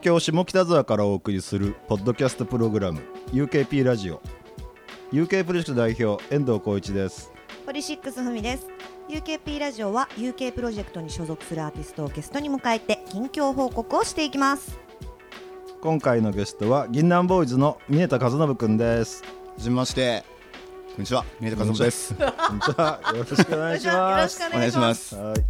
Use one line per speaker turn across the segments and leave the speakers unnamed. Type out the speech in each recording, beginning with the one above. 京下北沢からお送りするポッドキャストプログラム UKP ラジオ UK プロジェクト代表遠藤浩一です
ポリシックスふみです UKP ラジオは UK プロジェクトに所属するアーティストをゲストに迎えて近況報告をしていきます
今回のゲストは銀杏ボーイズの峰田和伸くんです
はじめまして。こんにちは、三枝和夫です。お
こんにちはよろしくお願いします
よろく
願いします。
はい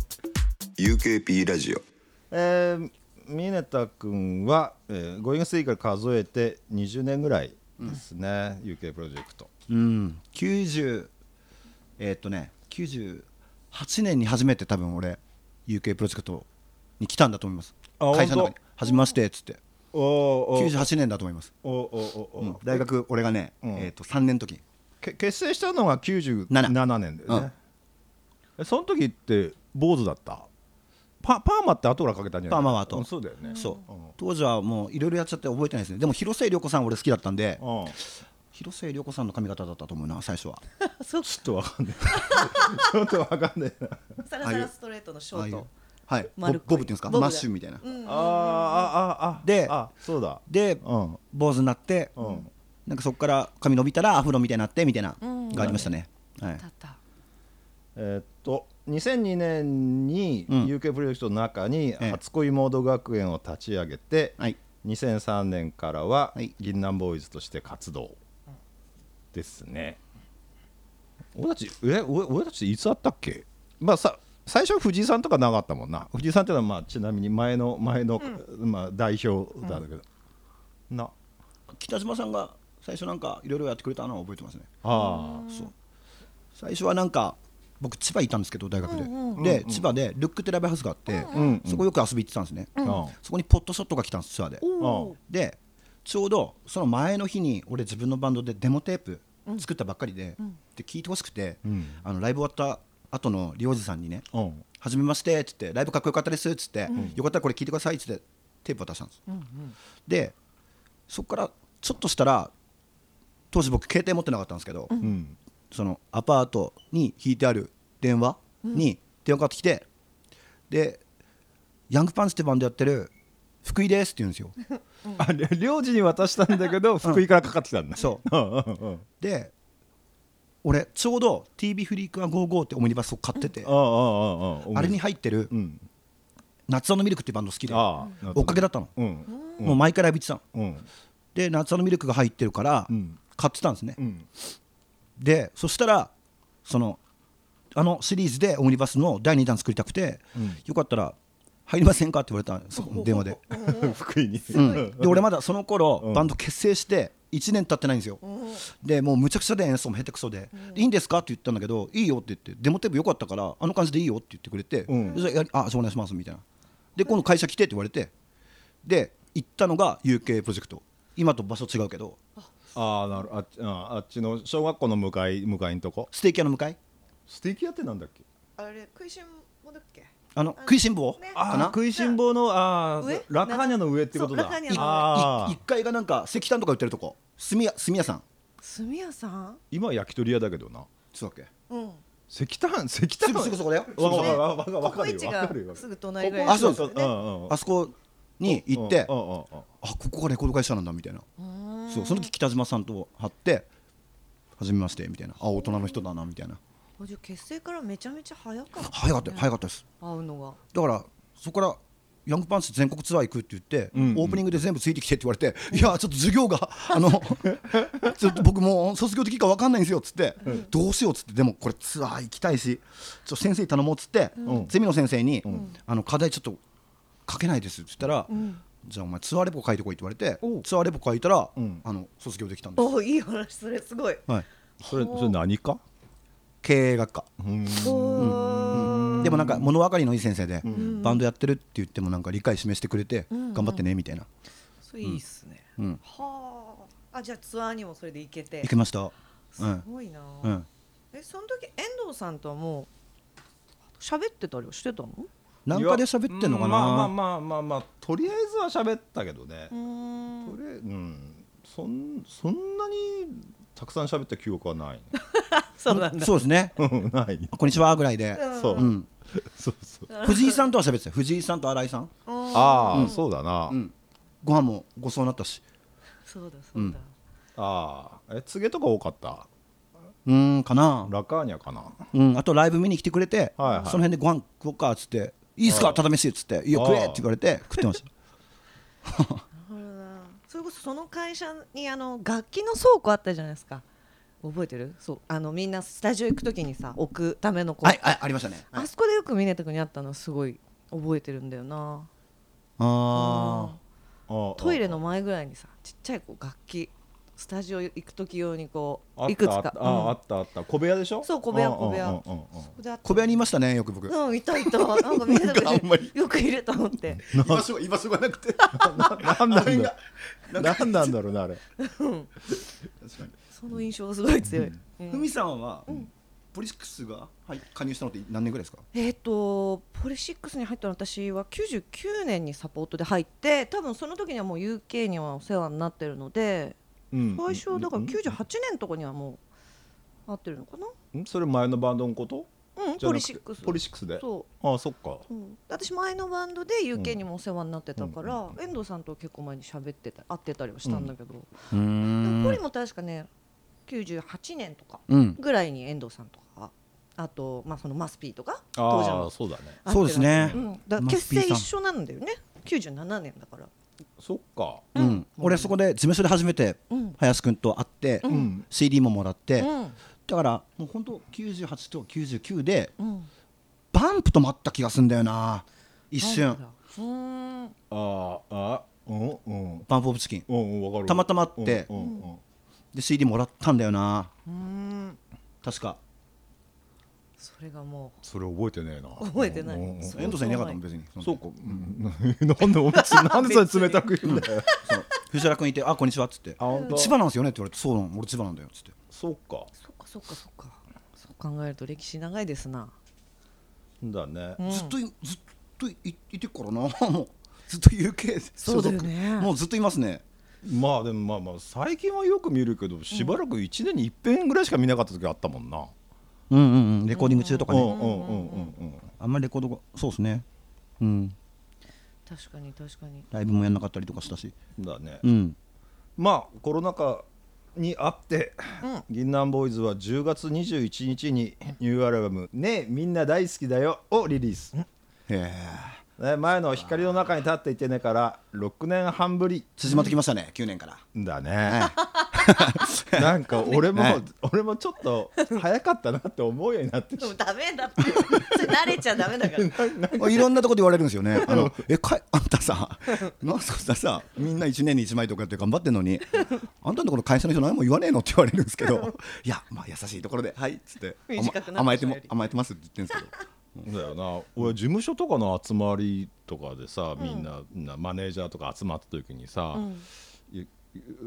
UKP ラジオ
えー、峰田君は、えー、ゴーイングスイーから数えて20年ぐらいですね、UK プロジェクト
うん、九十えーっとね、九十八年に初めて多分俺 UK プロジェクトに来たんだと思います。
あ
会社の中
本
に初めましてっつって、
おお
九十八年だと思います。
おおおお、
うん大学俺がね、
うん
えーっと三年の時。
け結成したのが97年だよね、えその時って坊主だったパパーマって後からかけたんじゃない
パーマは後
うんそうだよね
そう、当時はもういろいろやっちゃって覚えてないですねでも広末涼子さん俺好きだったんで
うん、
広末涼子さんの髪型だったと思うな最初は
ちょっとわかんない ちょっとわかんないな
サラ
サラ
ス
ス
トレートのシ
ああいうはいボ
丸っこい
ボブっていうんですか
ボブだ
マッシュみたいな、
あーああああ
で
あそうだ
で、
うん
坊主になって、
うん
なんかそこから髪伸びたらアフロみたいになってみたいながありましたね、はい、
った
えーっと2002年に
うん
UK プロジェクトの中に
え
初恋モード学園を立ち上げて、
はい
2003年からは
はい
銀杏ボーイズとして活動ですね、俺たちえ俺俺たちいつあったっけまあさ最初は藤井さんとかなかったもんな藤井さんっていうのはまあちなみに前の前の、まあ、代表だけど、な
北島さんが最初なんかいろいろやってくれたのは覚えてますね
あ
そう最初はなんか僕千葉いたんですけど大学で、で千葉でルックテラベハウスがあって、
ん
そこよく遊び行ってたんですね、
ん
そこにポットショットが来たんですツアーで
お
でちょうどその前の日に俺自分のバンドでデモテープ作ったばっかりで、で聞いてほしくて、
ん
あのライブ終わった後のりょうじさんにね、
あうん
はじめましてっつってライブかっこよかったですっつって、よかったらこれ聞いてくださいっつってテープ渡したんです、でそこからちょっとしたら当時僕携帯持ってなかったんですけど、
うん
そのアパートに引いてある電話に電話かかってきて、でヤングパンツってバンドやってる福井ですって言うんですよ
あり領事に渡したんだけ ど福井からかかってきたんだ、
そう
うんうんうん
で俺ちょうど TV フリークは55ってオムニバスを買ってて、
ああああああ
あれに入ってる
うん
夏のミルクっていうバンド好きで
ああ
追っかけだったの、
うん
もう毎回ライブ行ってたの
うん
で夏のミルクが入ってるから
うん
買ってたんですね、
うん
でそしたらそのあのシリーズでオムニバスの第2弾作りたくて、よかったら入りませんかって言われたんですよ電話で、
福井に
うんで俺まだその頃、
ん
バンド結成して1年経ってないんですよ、でもうむちゃくちゃで演奏も下手くそで、でいいんですかって言ったんだけどいいよって言ってデモテープよかったからあの感じでいいよって言ってくれて、
うん
でそれやりあそうお願いしますみたいなで今度会社来てって言われてで行ったのが UK プロジェクト今と場所違うけど
ああなるあっちああっちの小学校の向かい向かいのとこ
ステーキ屋の向かい
ステーキ屋ってなんだっけ
あれ食いしん坊だっけ
あの食いしん坊
ね
かな
食いしん坊のああ
上
ラカーニャの上ってことだ
そうラカーニャの上
あ
い
あ
一階がなんか石炭とか売ってるとこ炭屋炭屋さん
炭屋さん
今は焼き鳥屋だけどな
そうだっけ
うん
石炭石炭
すぐすぐそこだよ
わかるわかるわか
ココイ
る
チ
よわ
が
かるよ
すぐ隣ぐらい
あそう
です
そ
よ
う
うん
ね
うん
あそこに行って
う
あ
んうんうん
ここがレコード会社なんだみたいなそうその時北島さんと会ってはじめましてみたいなあ大人の人だなみたいな
あじゃあ結成からめちゃめちゃ早かった
早かったよ早かったです
会うのが
だからそこからヤングパンツ全国ツアー行くって言って、
んうん
オープニングで全部ついてきてって言われて、 いやちょっと授 業があのちょっと僕もう卒業できるか分かんないんですよっつって、どうしようっつってでもこれツアー行きたいしちょっと先生に頼もうっつって、
うん
ゼミの先生に、あの課題ちょっと書けないですって言ったら、じゃあお前ツアーレポ書いてこいって言われて
おう
ツアーレポ書いたら、
うん
あの卒業できたんです、
おいい話それすごい
はい、
それそれ何か
経営学科
うん
おー
でもなんか物分かりのいい先生で、バンドやってるって言ってもなんか理解示してくれて、頑張ってねみたいな
それいいっすね
うん
はああじゃあツアーにもそれで行けて
行けました
すごいな
うん、うん
えその時遠藤さんとはもう喋ってたりはしてたの
なんかで喋ってんの
いや
かな、
うんまあまあまあまあまあとりあえずは喋ったけどね
うーん
とりあえずうんそんそんなにたくさん喋った記憶はない
そうなんだ
そうですね
うんない
こんにちはぐらいで、
そう、
うん、
そうそう
藤井さんとは喋ってたよ藤井さんと新井さん
ああ、そうだな、
んご飯もごちそうになったし
そうだそうだ、
ああえ告げとか多かった
うーんかな、
ラカーニャかな
うん、あとライブ見に来てくれて、
はいはい
その辺でご飯食おうかっつって「いいっすかただ飯」っつって「いや
ああ
食え」って言われて食ってました
なるほどなそれこそその会社にあの楽器の倉庫あったじゃないですか覚えてるそうあのみんなスタジオ行くときにさ置くためのこう、
はいはいありましたね
あそこでよく峰田君に会ったのすごい覚えてるんだよな
あ
ああ
トイレの前ぐらいにさちっちゃいこう楽器スタジオ行く時用にこ
あっ
う
た
いくつ
あっ
か
たあ
うん
ああったあった小部屋でしょ
そう小部屋
うんうん
小部屋
うんうんうん
そこで会っ
あ
た
小部屋にいましたねよく僕
うんいた いたなんか峰田君よくいると思って
今すごい今すごいなくて
なんなんだなんなんだろうなあれ
その印象がすごい強い、うん
ふみさんは、ポリシックスが、はい、加入したのって何年ぐらいですか
えっ、とポリシックスに入ったの私は99年にサポートで入って多分その時にはもう UK にはお世話になってるので
うん
最初だから98年とかにはもう合ってるのかな
うんそれ前のバンドのこと
うん
じゃ
ポ
なくて
リシックス
ポリシックスで
そ
ああそっか
う、うん、私前のバンドで UK にもお世話になってたから、遠藤さんとは結構前に喋ってた会ってたりはしたんだけど、
う
でも
ん
ポリも確かね98年とか
うん
ぐらいに遠藤さんとかあと、まあ、そのマスピーとか当時
あ
の
あそうだね
そうですね
うん、だから
マ
結
スピー
成
さん
一緒なんだよね97年だから
そっか
うん俺そこで事務所で初めて
うん
林くんと会って、
ん
CD ももらって、
うん
だからもう本当98と99で
うん
バンプともあった気がするんだよな一瞬
うんうん
あああうんうん
バンプオブチキン
うんうんわかる
たまたまあって
うんうんうん
で CD もらったんだよな
うん
確か
それがも
それ覚えてねえな
覚えてない
うんうんうん
そ
遠藤さんいなかったもん別に
そうか、うん、なんで お前つなんでそれ冷たく言うんだよ
その藤原君いて「あこんにちは」っつって
あ本
「千葉なんですよね」って言われて「そうなの俺千葉なんだよ」っつって
そうか
うそっかそっかそっかそう考えると歴史長いですな
だね、
ずっといずっといいいてっからなもうずっと UK
そ
所
うだ
属
よね
もうずっといますね
まあでもまあまあ最近はよく見るけどしばらく1年に一遍ぐらいしか見なかった時あったもんな、
うんうんうんレコーディング中とか
うん、
ね、
うんうんうんうん
あんまりレコードがそうですねうん
確かに確かに
ライブもやんなかったりとかしたし
だね、
うん
まあコロナ禍にあって、銀杏ボーイズは10月21日にニューアルバム「ねえみんな大好きだよ」をリリース、
へえ
ね、前の光の中に立っていてねから6年半ぶり
縮まってきましたね9年から
だね なんか俺も、
はい
俺もちょっと早かったなって思うようになってき
で
た
もダメだってそれ慣れちゃダメだから
あいろんなとこで言われるんですよね。あのえかいあんたさ、 なんすかささ、みんな1年に1枚とかやって頑張ってんの に、あんたのところ会社の人何も言わねえのって言われるんですけ ど、いや、まあ優しいところで、はいっつって、甘
短くなった
甘えても
より
甘えてますって言ってるんですけ
だよな俺事務所とかの集まりとかでさみんな,、なマネージャーとか集まった時にさ、い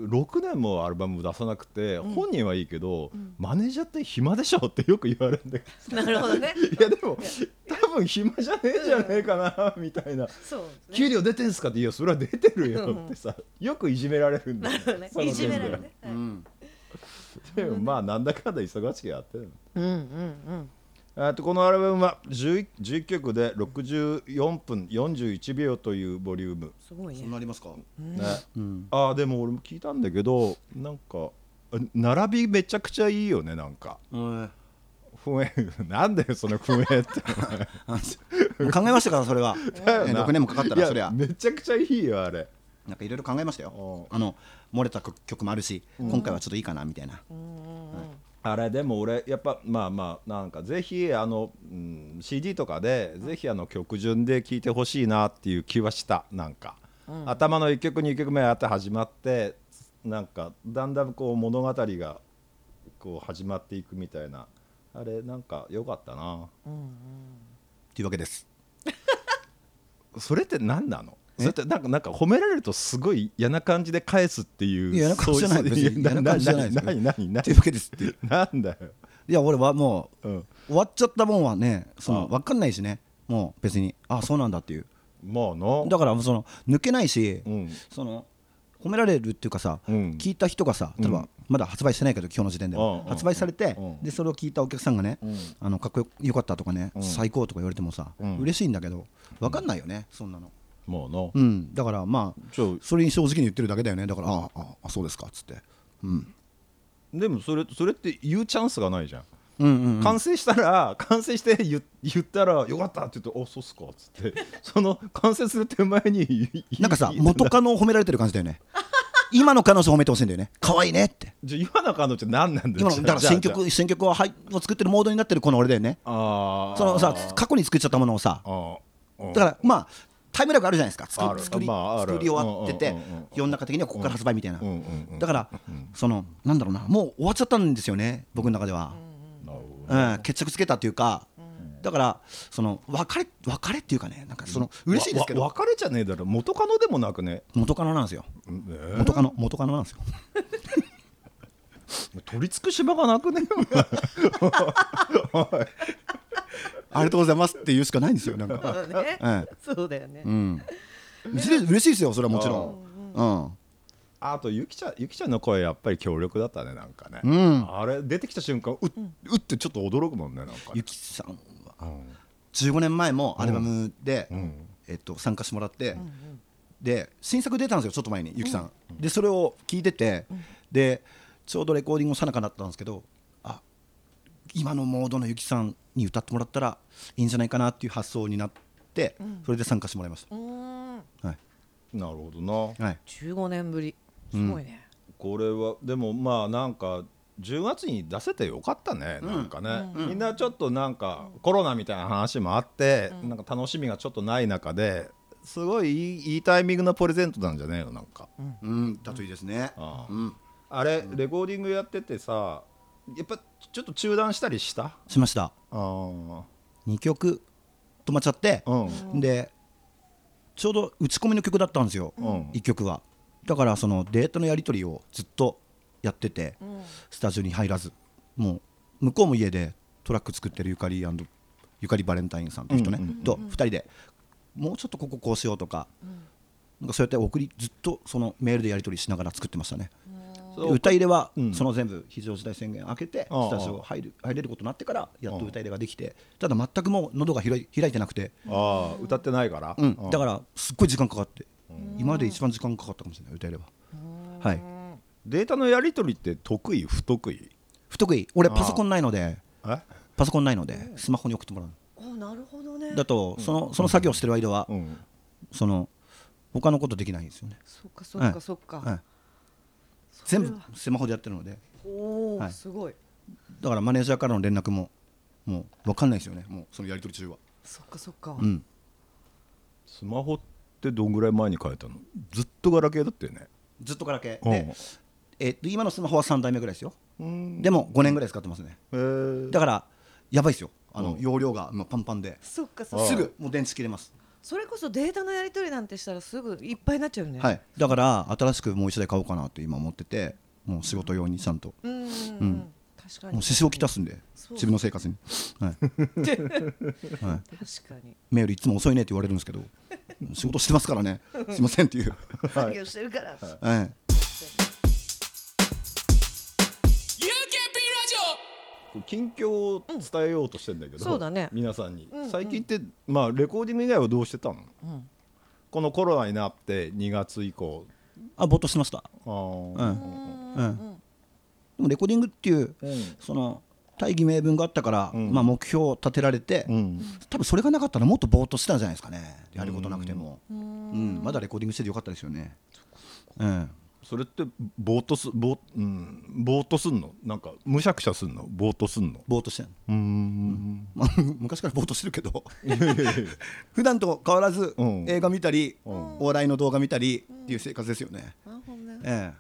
6年もアルバム出さなくて、本人はいいけど、マネージャーって暇でしょってよく言われる んだけ
なるほどね
どいやでも多分暇じゃねえじゃねえかな、みたいな。
そうですね
給料出てんすかっていやそれは出てるよってさ、よくいじめられるんだ
な
よ
るほどね
その
い
点
じめられる
で
ね、
ど、うん、
でもまあなんだかんだ忙しくやってる
うんうん
えっとこのアルバムは 11, 11曲で64分41秒というボリューム、
すごい
そう
ね
なりますか。
ね
うん、
ああでも俺も聞いたんだけどなんかあ並びめちゃくちゃいいよねなんか
うん、
不え なんだよその不えって
もう 考えましたからそれは。
だよ
ね
な
6年もかかった
い
ら
や
そりゃ、
めちゃくちゃいいよあれ
なんかいろいろ考えましたよ
お。
あの漏れた曲曲もあるし、今回はちょっといいかなみたいな。
あれでも俺やっぱまあまあなんかぜひあの、うん、CD とかでぜひあの曲順で聴いてほしいなっていう気はしたなんか、頭の1曲2曲目あって始まってなんかだんだんこう物語がこう始まっていくみたいなあれなんか良かったな
というわけです。
それって何なのそれってなんかなんか褒められるとすごい嫌な感じで返すっていう
いや嫌な感じじゃない
そう
別に
や
嫌な感じじゃないですよ
何何何
というわけですっていう。
なんだよ、
いや俺はもう、
うん
終わっちゃったもんはねそ
ああ
の分かんないしねもう別にあそうなんだっていう
まあな
だからもうその抜けないし、
うん
その褒められるっていうかさ、
うん
聞いた人がさ例えば、
うん
まだ発売してないけど今日の時点では、
うん
発売されて、
うん
でそれを聞いたお客さんがね、
ん
あのかっこよよかったとかね、
うん
最高とか言われてもさ、
うん
嬉しいんだけど分かんないよね、そんなの
もうの
うん、だからまあ
ちょ
それに正直に言ってるだけだよねだからあああそうですかっつって、うん、
でもそれそれって言うチャンスがないじゃん、
うんうん
完成したら完成して言言ったら「よかった」って言って「おそうっすか」っつってその完成する手前に
なんかさ
いい
元カノを褒められてる感じだよね今の彼女を褒めてほしいんだよね可愛いねって
じゃあ今の彼女って何なんだよ
今のだから
じゃあ
選
じゃあ
曲選曲をはいを作ってるモードになってるこの俺だよね
ああ
そのさ過去に作っちゃったものをさ
あーうん
だからまあタイムラグあるじゃないですか
あ
作
る
り作り,、
まあある
作り終わってて、
うんうんうんうん
世の中的にはここから発売みたいな、
うんうんうん
だから、そのなんだろうなもう終わっちゃったんですよね僕の中では、
なるほど
うん決着つけたというか、だからその別れ別れっていうかねなんかその嬉しいですけ
わ
ど
わ別れじゃねえだろ元カノでもなくね
元カノなんですよ
うんね
元カノ元カノなんですよ
取り付く島がなくね
ありがとうございますって言うしかないんですよなんか、
そうだね
え
そうだよね、
うん、嬉しい嬉しいですよそれはもちろん
あとゆきちゃんゆきちゃんの声やっぱり強力だったねなんかね、
うん、うん、
あれ出てきた瞬間う,、うってちょっと驚くもんねなんか
ゆ
ね、
きさんは
うん
15年前もアルバムで、
ん
えっと、参加してもらって、で新作出たんですよちょっと前にゆきさん、でそれを聞いてて、でちょうどレコーディングのさなかだったんですけどあ今のモードのゆきさんに歌ってもらったらいいんじゃないかなっていう発想になって、それで参加してもらいまし
うーん
た、はい
なるほどな
はい、
15年ぶりすごいね、
これはでもまあなんか10月に出せてよかったね、なんかね、みんなちょっとなんかコロナみたいな話もあって、なんか楽しみがちょっとない中ですごいいいいいタイミングのプレゼントなんじゃねえのなんか、
うんだといいですね
ああ
うん
あれレコーディングやっててさやっぱちょっと中断したりした
しました
あー
2曲止まっちゃって、
うん
でちょうど打ち込みの曲だったんですよ、
うん
1曲がだからそのデータのやり取りをずっとやってて、スタジオに入らずもう向こうも家でトラック作ってるゆかりゆかりバレンタインさんという人ね、
うんうん
と2人でもうちょっとこここうしようとか,、なんかそうやって送りずっとそのメールでやり取りしながら作ってましたね、
そう
歌入れは
うん
その全部非常事態宣言明けて
ああ
スタジオ入る入れることになってからやっと歌入れができてただ全くもう喉が開い開いてなくて、
あー歌ってないから、
うん
うん
だからすっごい時間かかって今まで一番時間かかったかもしれない歌入れははい
データのやり取りって得意不得意
不得意俺パソコンないので
え
パソコンないのでスマホに送ってもらう
おなるほどね
だとそのその作業してる間は
うん
その他のことできないんですよね
そっかそっ
は
か
い
そっか、
はい全部スマホでやってるので
おお、
はい
すごい
だからマネージャーからの連絡ももう分かんないですよねもうそのやり取り中は
そっかそっか、
うん
スマホってどんぐらい前に変えたのずっとガラケーだったよね
ずっとガラケー
うん
で、えっと今のスマホは3代目ぐらいですよ
うん
でも5年ぐらい使ってますね
へー
だからやばいですよあの
うん
容量がもうパンパンで
そっかそっか
すぐもう電池切れます
それこそデータのやり取りなんてしたらすぐいっぱいになっちゃうよね
はいだから新しくもう一台買おうかなって今思っててもう仕事用にちゃんと
うんうんうん、
うん
確かに
もう支障をきたすんで
そう
自分の生活に、はいはい、
確か に
メールいつも遅いねって言われるんですけど仕事してますからねすいませんっていう、
作業してるから、
はい、
近況を伝えようとしてんだけど、
そうだね
皆さんに、
うんうん
最近って、まあ、レコーディング以外はどうしてたの、
ん
このコロナになって2月以降
あぼーっとしてました、
あー、
うんうん、でもレコーディングっていう、
うん
その大義名分があったから、
ん
まあ、目標を立てられて、
うん
多分それがなかったらもっとぼーっとしてたんじゃないですかねやることなくても、うんまだレコーディングしててよかったですよねうん
それってぼーっとすぼ,、うん、ぼーっとすんのなんかむしゃくしゃすんのぼーっとすんの
ぼーっとしてんの
うーん
まあ、 昔からぼーっとしてるけど 普段と変わらず、
うん
映画見たり、お笑いの動画見たりっていう生活ですよね、
なるほどね
え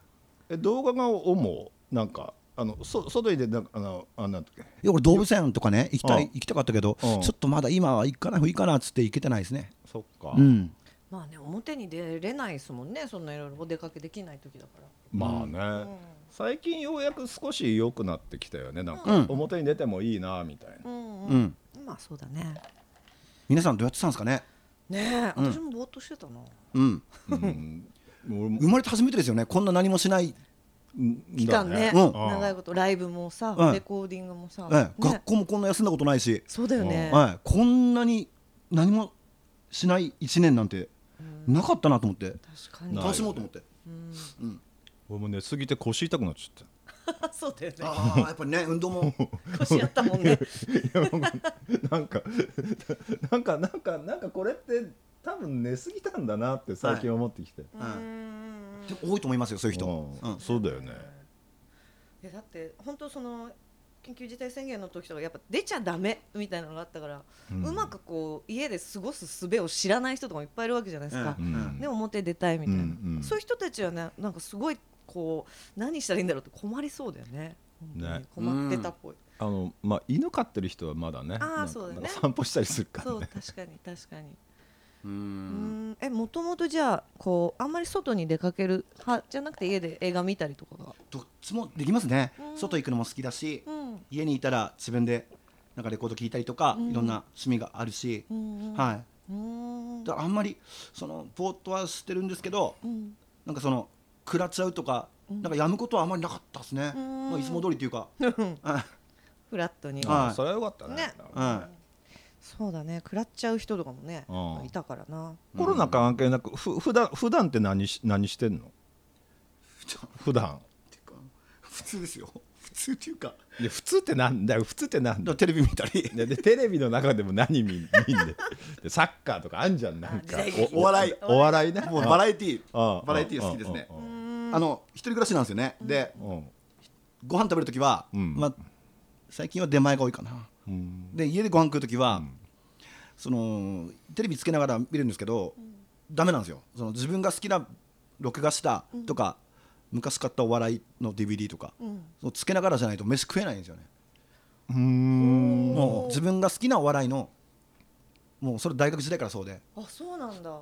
え動画が主なんかあのそ外に出てなんかあのあなんだっけ
えいや俺動物園とかね行きた
うん
い行きたかったけど、
うん
ちょっとまだ今は行かない方がいいかなっつって行けてないですね
そっか、
うん
まあね表に出れないですもんねそんないろいろお出かけできない時だから
まあね、最近ようやく少し良くなってきたよねなん
う
か
ん
表に出てもいいなみたいな、
うん
う、
うんんまあそうだね
皆さんどうやってたんですかね
ねえ
うん
私もぼーっとしてたな、
うん
うん、俺も
生まれて初めてですよねこんな何もしない、
期間ね
うん
長いことライブもさ、
うん
レコーディングもさ、
ええ
ね、
学校もこんな休んだことないし、
そうだよね、
ええこんなに何もしない1年なんてなかったなと思って
確かに
な
楽しもうと思って
俺もね過ぎて腰痛くなっちゃっ
あ そうだよね
ああやっぱりね運 動も
腰やったもん ね
た なんかなんかなんかなんかこれって多分寝すぎたんだなって最近思ってきて、
うんでも多いと思いますよそういう人
うん
うん
そうだよね
いやだって本当その緊急事態宣言の時とかやっぱ出ちゃダメみたいなのがあったから、う
うん
まくこう家で過ごす術を知らない人とかもいっぱいいるわけじゃないですか、
うんうん
で表出たいみたいな、
うんうん
そういう人たちはねなんかすごいこう何したらいいんだろうって困りそうだよね
ね
本当に困ってたっぽい、
あのまあ犬飼ってる人はまだね
あー
なんか
そうだね
なんか散歩したりするから
そう
ね
確かに確かに
う
うんんえもともとじゃあこうあんまり外に出かける派じゃなくて家で映画見たりとかが
どっちもできますね
うん
外行くのも好きだし
うん
家にいたら自分でなんかレコード聴いたりとか
うん
いろんな趣味があるし
うんうん
は
うーん
いだからあんまりそのぼーっとはしてるんですけど
うん
なんかその食らっちゃうとかなんかやむことはあんまりなかったですね
うん
まあいつも通りという かはい
フラットに
あ
あ
は
ー
い
それはよかったね
ね
は
そうだね食らっちゃう人とかもね
うん
いたからな
コロナ関係なくふ普段普段って何し何してんの普段
っていうか普通ですよ普通っていうか
で普通ってなんだよ普通ってなんだ
だからテレビ見たり
ででテレビの中でも何見ん見んででサッカーとかあんじゃんなんか
あ時代
おお笑い
お笑いね
もうバ
イ
ラエティ
ああ
ーバラエティーが好きですね
ああ
あの一人暮らしなんですよねでご飯食べるときは
うん
まあ最近は出前が多いかな
うん
で家でご飯食うときはそのテレビつけながら見るんですけどダメなんですよその自分が好きな録画したとか昔買ったお笑いの DVD とか
うん
そのつけながらじゃないと飯食えないんですよね
うん
もう自分が好きなお笑いのもうそれ大学時代からそうで
あそうなんだ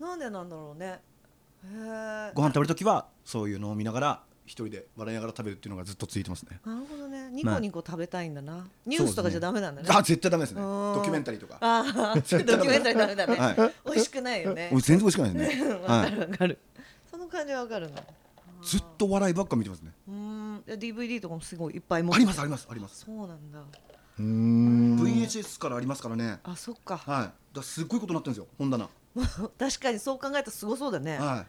なんでなんだろうねへえ
ご飯食べるときはそういうのを見ながら一人で笑いながら食べるっていうのがずっと続いてますね
なるほどねニコニコ食べたいんだなニュースとかじゃダメなんだね
あ絶対ダメですね
うーん
ドキュメンタリーとか
ああドキ
絶対
ュメンタリーダメだね、
は
美味しくないよね
俺全然美味しくない ですね、
わ
は
か
い、
るわかるその感じはわかるな
ずっと笑いばっか見てますね
うーんで DVD とかもすごいいっぱい持って
ありますありますあります
そうなんだ
うん
VHS からありますからね
あそっか
はいだからすごいことになってるんですよ本棚
確かにそう考えたらすごそうだね、
は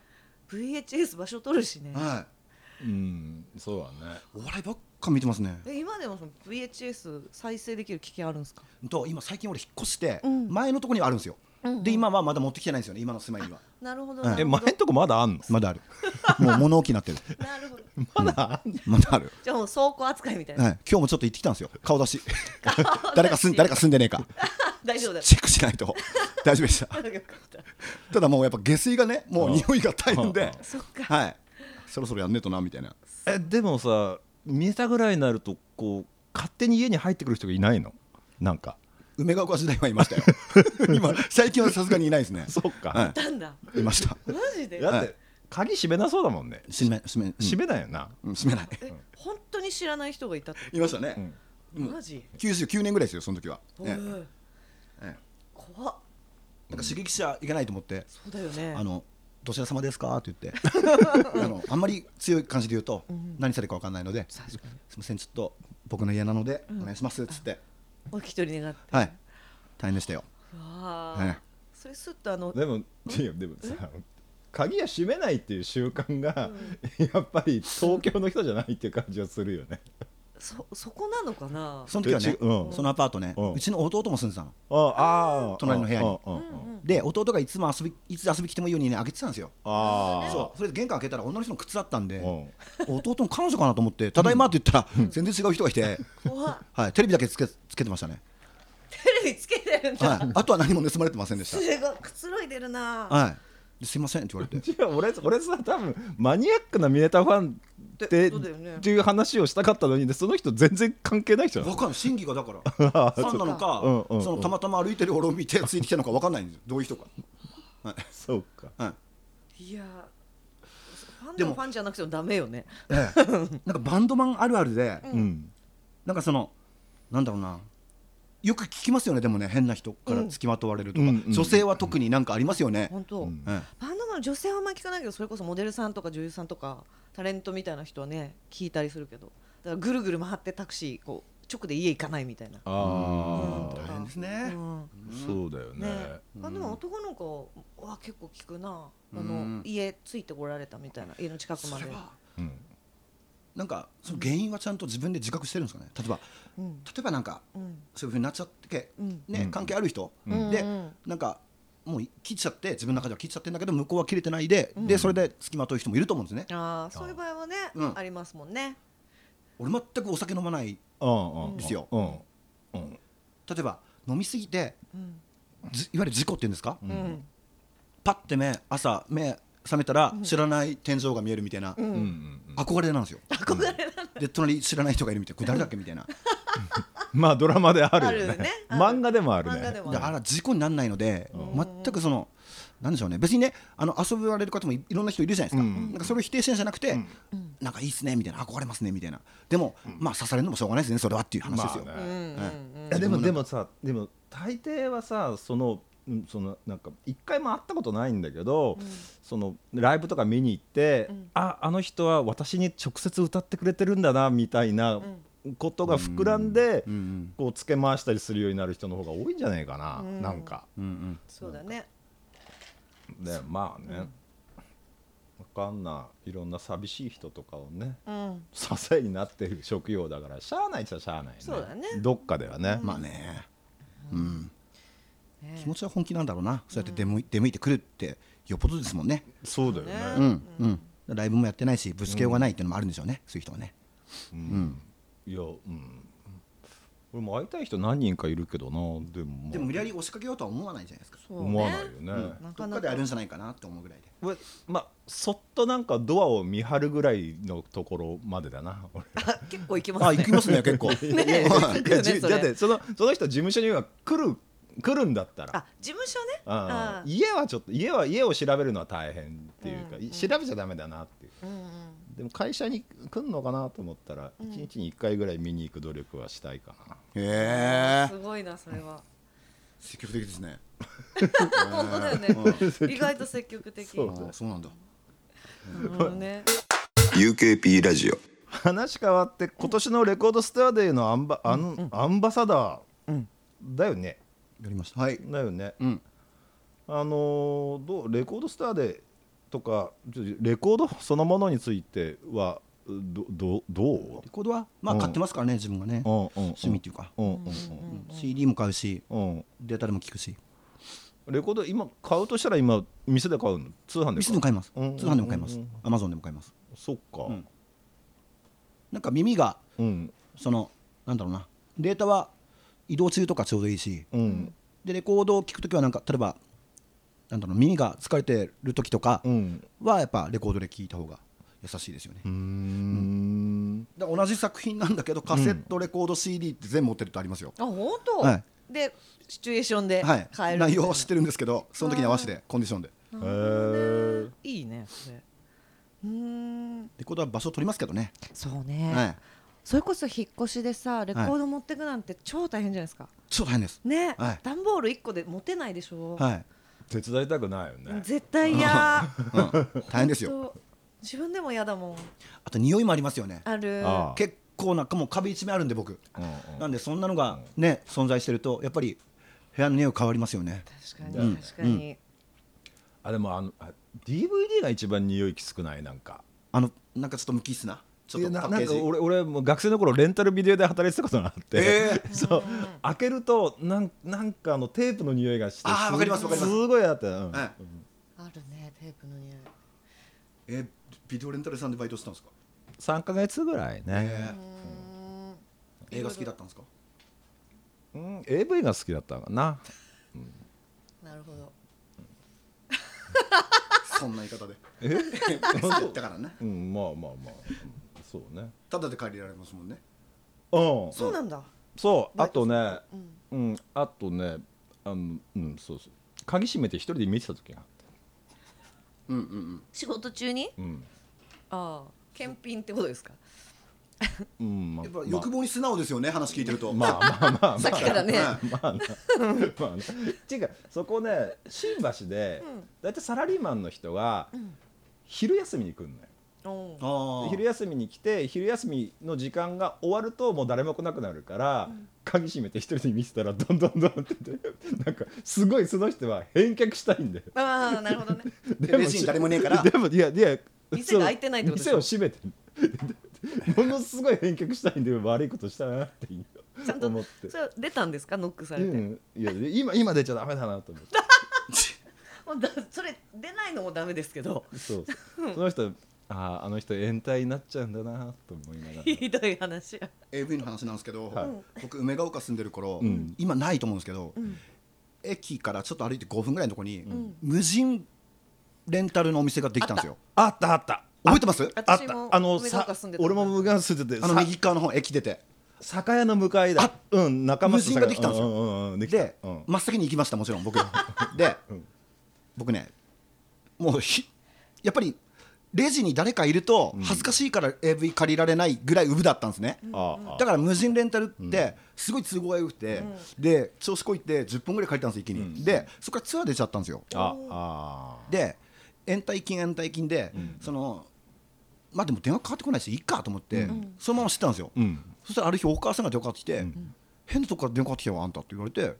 VHS 場所取るしね
い、は
うんそうだね
い、お笑いばっか見てますね
え今でもその VHS 再生できる機器あるんですか
と今最近俺引っ越して
うん
前のとこにはあるんです
う
よ、
んうん
で今はまだ持ってきてないんですよね今の住ま いには
なるほど
うん
な
え
るほ
前
ど
んとこまだあんの
まだあるもう物置になっ てる
なるほど
まだある
じゃあもう倉庫扱いみたいな、
はい、今日もちょっと行ってきたんですよ、顔出し。誰か住ん、誰か住んでねえか、
大丈夫だ
チェックしないと。大丈夫でした。
よか った
ただもうやっぱ下水がね、もう匂いが大変で
あ。
そっか
はい。そろそろやんねえとなみたいな。
えでもさ見えたぐらいになるとこう勝手に家に入ってくる人がいないのなんか
梅ヶ丘時代はい ましたよ。今、最近はさすがにいないですね。
そっか、
は
なんだ
い。いました。
マジで
だっ
は
て、
い
鍵閉めなそうだもんね
閉め、閉め、
閉め
め、
ないよな、
うん閉めない。
え本当に知らない人がいたってこ
いました
う
ね
ん。
とマジ、
九十九年ぐらいですよ、その時は。
おい
ええええ
怖っ
なんか刺激しちゃいけないと思って。
そうだよね
あのどちら様ですかって言って あのあんまり強い感じで言うと何されるかわかんないので、すみませんちょっと僕の家なのでお願いしますっつって、
お一人願って
はい大変でしたよ
うわ
え
あ
え
それすっとあの
でもいやでもさ鍵は閉めないっていう習慣が、やっぱり東京の人じゃないっていう感じはするよね。
そそこなのかな
その時はね、
うちうん
そのアパートね、
うん
うちの弟も住んでたの
ああ
隣の部屋に
ああ
で弟がいつも遊びいつ遊び来てもいいようにね開けてたんですよ
ああ
そうそれで玄関開けたら女の人の靴だったんで、
うん
弟の彼女かなと思って「ただいま」って言ったら、全然違う人がいて、
怖っ
はい、テレビだけつけつけてましたね、
テレビつけてるんだ、
はい、あとは何も盗まれてませんでし
すごいくつろいでるな、
た、はい、ですいませんって言われ て
違う俺俺さ多分マニアックなミネタファンって
でそうだよね
っていう話をしたかったのにでその人全然関係ない人な
わ
の
かんない審議が だからファンなのか、
うんうんうん
そのたまたま歩いてる俺を見てついてきたのかわかんないんですよどういう人か、はい
そうか
はい
いやファンで
で
も
も
ファンじゃなくてもダメよね
ええ なんかバンドマンあるあるで、
うん
なんかそのなんだろうなよく聞きますよねでもね変な人から付きまとわれるとか、
うんうん
女性は特になんかありますよね、
本当、
ん
ええ
バンドマンの女性はあんまり聞かないけどそれこそモデルさんとか女優さんとかタレントみたいな人はね聞いたりするけどだからぐるぐる回ってタクシーこう直で家行かないみたいな、
あ
うん
あ
大変ですね
う。ん
そうだよね
ねあで
うん
も男の子は結構聞くなあ
う
の
ん
家ついてこられたみたいな家の近くま
そ
で
れは
うん
なんかその原因はちゃんと自分で自覚してるんですかね。例えば
うん
例えばなんか
うん
そういうふうになっちゃって
うん
ね、
うん
関係ある人、
うん
で、
うん
なんかもう切っちゃって自分の中では切っちゃってんだけど向こうは切れてないで、でそれで付きまとう人もいると思うんですね。
ああそういう場合はね
うん
ありますもんね
俺全くお酒飲まない
うんうん
ですよ
うんうん
例えば飲みすぎて
うん
ずいわゆる事故っていうんですか、
うん
パッて目朝目覚めたら知らない天井が見えるみたいな、
うんうんうん
憧れなんですよ憧れで隣に知らない人がいるみたいなこれ誰だっけみたいな
まあドラマであるよ
あるね
ね
ある
漫画でもある
漫画で
ね
も
であら事故にならないので、
ん
全くそのなんでしょうね別にねあの遊びられる方もいいろんな人いるじゃないですか,、
うん
なんかそれを否定してんじゃなくて、
ん
なんかいいっすねみたいな憧れますねみたいなでも、まあ刺されるのもしょうがないですねそれはっていう話ですよ、
まあ
う
ね
んうん
いやでもでもさでも大抵はさそのうんそのなんか一回も会ったことないんだけど、そのライブとか見に行って、ああの人は私に直接歌ってくれてるんだなみたいなことが膨らんで、
うんうん
こうつけ回したりするようになる人の方が多いんじゃないかな、
うん
なんか
うんうん
そうだね
でまあね、わかんないいろんな寂しい人とかをね
うん
支えになってる職業だからしゃあないっちゃしゃあないね
そうだね
どっかではね、
まあね、うん、
ね
気持ちは本気なんだろうなそうやって出向い出向いてくるってよっぽどですもんね
そうだよ
ね
ね
うんうんライブもやってないしぶつけようがないっていうのもあるんでしょうね、そういう人はね
うんいや、うん。俺も会いたい人何人かいるけどな、でも、まあ
でも無理やり押しかけようとは思わないじゃないですか
そうね
思わないよね。
な
ど
か
っ
な
かであ
か
るんじゃないかなって思うぐらいで
俺まあ、そっとなんかドアを見張るぐらいのところまでだな。俺
あ結構行きま
あ
す
行
ね
きますね 結構
ねえ行くよね
じ
そ
だっ
れ
て、その、その人事務所には来る、来るんだったら。
あ事務所ね
あ
あ
ー家はちょっと家は家を調べるのは大変っていうか、
うんうん
調べちゃダメだなっていう
うんうん
でも会社に来るのかなと思ったら一日に一回ぐらい見に行く努力はしたいかな、
へえ
すごいなそれは
積極的ですね
本当だよね意外と積極的
そう
あそうなんだ
なるほどね
UKP ラジオ
話変わって今年のレコードスターデーのアンバ,、あのアンバサダーだよね
やりましたはい
だよね
うん
あのーどうレコードスターデーとかちょレコードそのものについてはどどどう
レコードはまあ
うん
買ってますからね自分がね
うんうんうん
趣味っていうか
うんうん
CD も買うし
うんうん
データでも聞くし
レコード今買うとしたら今店で買うの通販で
店でも買います通
うん
販でも買います
うん
Amazon でも買います
そっか
んなんか耳が
うん
そのなんだろうなデータは移動中とかちょうどいいし
うん
でレコードを聞くときはなんか例えばなんだろう耳が疲れてる時とか
うん
はやっぱレコードで聞いた方が優しいですよね
うーん
だから同じ作品なんだけどカセットレコード CD って全部持ってるとありますよ、
あ本当、
は
でシチュエーションで
はい
変える、
内容は知ってるんですけどその時に合わせてコンディションで
へえ
いいねそれうーん
レコードは場所取りますけどね、
そうね、
はい
それこそ引っ越しでさレコード持ってくなんて超大変じゃないですか
超大変です
ね、
はい
段ボール一個で持てないでしょ、
はい、
手伝いたくないよね
絶対嫌
うん、大 変ですよ
そう自分でも嫌だもん
あと匂いもありますよね
ある
ああ
結構なんかもう壁一面あるんで僕
うんうん
なんでそんなのがね存在してるとやっぱり部屋の匂い変わりますよね
確かに、
うん
確かに、
あでもあのあ DVD が一番匂いき少ないなんか
あのなんかちょっと無機質なちょっと
いや
パ
な
ッ
な
ケ
ん
ー
か
ジ
俺俺もう学生の頃レンタルビデオで働いてたことがあって、
え
そう開けるとなんなんかあのテープの匂いがして
あーわかりますわかります
ごいあった、うん
はい
あるねテープの匂い
えービデオレンタルさんでバイトしてたんですか
3か月ぐらいね、
うーん
映画好きだったんですか
うん、AV が好きだったのかな
なるほど
そんな言い方で
え、
好きだからね
うん、まあまあまあうんそうね
ただで借りられますもんね
うん
そうなんだ、
そう
バ
あ
イト
とね
うん
うんあとねあのうんそうそう鍵閉めて一人で見てた時があって
うんうんうん
仕事中に
うん、
ああ検品ってことですか
うんまあ
やっぱ欲望に素直ですよね、話聞いてると。
まあまあまあまあ
さっきからね、
はい
まあなまあなっていうかそこね新橋で
うん
大体、サラリーマンの人が
ん
昼休みに来るのよ
おー
あ
昼休みに来て昼休みの時間が終わるともう誰も来なくなるから、鍵閉めて一人で見てたらどんどんどんって言ってなんかすごいその人は返却したいんだよ
ああなる ほどね
で
レジに誰もねえか ら
でもいやいや
店が開いてないってことでしょ
そう店を閉めてるものすごい返却したいんで悪いことしたなっていう
ちゃんと
思って
それ出たんですかノックさ
う
れて、
んいや今今出ちゃダメだなと思 って
もうだそれ出ないのもダメですけ ど
そうその人あああの人延滞になっちゃうんだなと思いながら
ひどい話
AV の話なんですけど、
はい
僕梅ヶ丘住んでる頃、
うん
今ないと思うんですけど、
ん
駅からちょっと歩いて5分ぐらいのとこに、無人レンタルのお店ができたんですよ
あったあった
覚えてます
あっ
私
た
も
あの
梅ヶ丘
さ
住んでた
俺も無眼住んでて
あの
さ
右側の方駅出て
酒屋の向かいだ
あ
うん仲間
無人ができたんですよ
ううんうんできた
で、
うん
真っ先に行きましたもちろん 僕で、僕ねもうひやっぱりレジに誰かいると恥ずかしいから AV 借りられないぐらいウブだったんですね、
ああ
だから無人レンタルってすごい都合が良くて、で調子こいて10本ぐらい借りたんです一気に、でそこからツアー出ちゃったんですよ
ああ
で延滞金延滞金で、そのまあでも電話かかってこないしいいかと思って、そのまま知ったんですよ、
うん
そしたらある日お母さんが電話かかってきて、変なとこから電話かかってきたよあんたって言われて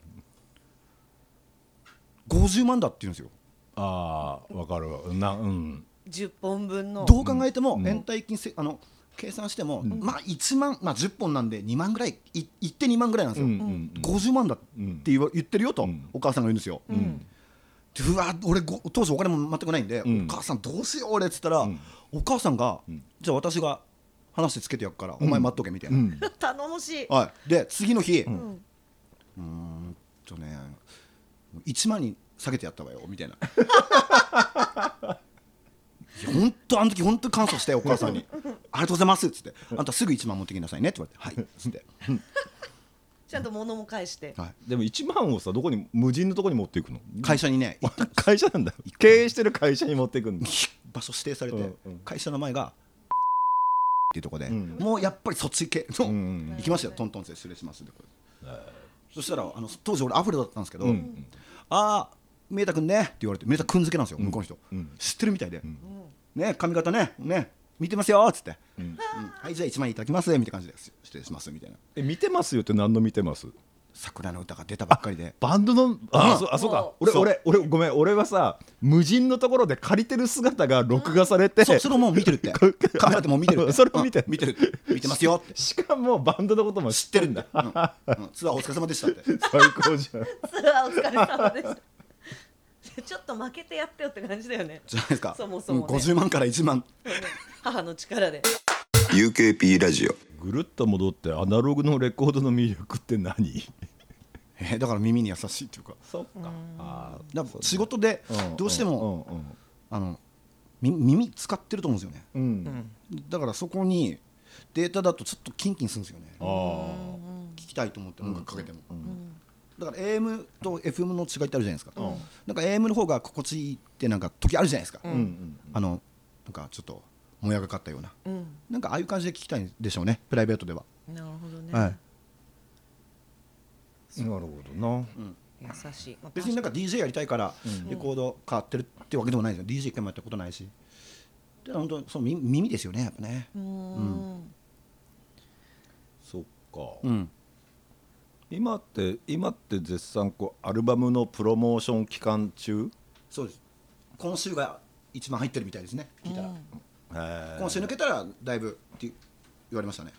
50万だって言うんですよ
ああわかるわなうん
10本分の
どう考えても延滞金せ、あの計算しても、まあ1万、まあ、10本なんで2万ぐらいい行って2万ぐらいなんですよ、
うんうんうん
50万だって言わ言ってるよと、
うん
お母さんが言うんですよ、でうわ俺ご当時お金も全くないんで、
ん
お母さんどうしよう俺っつったら、
ん
お母さんが、じゃあ私が話つけてやっから、お前待っとけみたいな、
うん
頼もしい
はい、で次の日、うーん、
ん
とね1万に下げてやったわよみたい ないや本当あの時本当に感謝してお母さん に「ありがとうございます」っつって「あんたすぐ1万持ってきなさいね」って言われて「はい」っつって、
ちゃんと物も返 して
は
でも1万をさどこに無人のとこに持っていくの
い、会社にね
会社なんだよ経営してる会社に持っていくんだ
場所指定されて、
うんうん
会社の前 がっていうとこで、
ん
もうやっぱりそっち系の、
うんうん
行きましたよトントンって失礼しますってこうそしたらあの当時俺アフロだったんですけど、
うん
ああ明太くんねって言われて明太くん付けなんですよ向こうの人、知ってるみたいで、ね髪型ねね見てますよっつって、うんはいじゃあ1枚いただきますみたいな感じです失礼しますみたいな
え見てますよって何の見てます
桜の歌が出たばっかり で
バンドのああそうあそうか
も
俺
そう
俺俺ごめん俺はさ無人のところで借りてる姿が録画されて
そうそれをもう見てるってカメラでもう見 てるって
それを見てる
うん見てるって見てますよって
しかもバンドのことも
知ってるんだ、うんうんツアーお疲れ様でしたって
最高じゃん
ツアーお疲れ様でした ちょっと負けてやってよって感じだよね
じゃないですか
そもそもね
うん50万から1万
母の力で
UKP ラジオ
ぐるっと戻ってアナログのレコードの魅力って何
えーだから耳に優しいっていうか
そっかあ
だから仕事でどうしてもあのみ耳使ってると思うんですよね
うんうん
だからそこにデータだとちょっとキンキンするんですよね
あー
聞きたいと思って音楽かけても、だから AM と FM の違いってあるじゃないですか、なんか AM の方が心地いいってなんか時あるじゃないですか、
うんうん
あのなんかちょっともやがかったような、
うん
なんかああいう感じで聞きたいんでしょうねプライベートでは、
なるほどね、
はい
なるほどな
優しい、まあ
別になんか DJ やりたいからレコード買ってるってわけでもないんですよ、DJ 一回もやったことないしで本当その耳耳ですよねやっぱね
うーん
そっか
うん
今って今って絶賛こうアルバムのプロモーション期間中
そうです今週が一番入ってるみたいですね聞いたら、
へ
今週抜けたらだいぶって言われましたね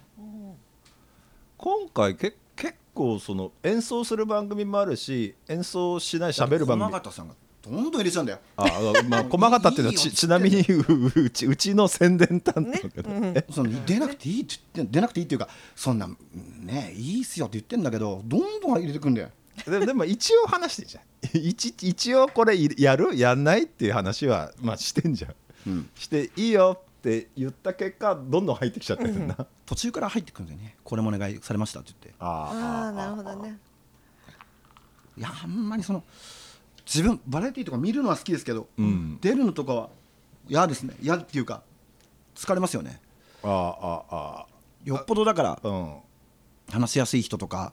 今回け結構その演奏する番組もあるし演奏しない喋る番
駒
組
形さんがどんどん入れちゃうんだよ
ああまあ細かったっていうのはい
い
ち
よ
ちなみにううちうちの宣伝担当だけどえ
その出なくていいって言って出なくていいっていうかそんなねいいっすよって言ってんだけどどんどん入れてくんだよ
ででも一応話してんじゃん一一応これいやるやんないっていう話は、まあ、してんじゃん、していいよって言った結果どんどん入ってきちゃってるな、あ
途中から入ってくるんだよねこれもお願いされましたって言って
ああ
あ
なるほどね
いやあんまりその自分バラエティーとか見るのは好きですけど、
ん
出るのとかは嫌ですね嫌っていうか疲れますよね
あああ
よっぽどだから
あうん
話しやすい人とか、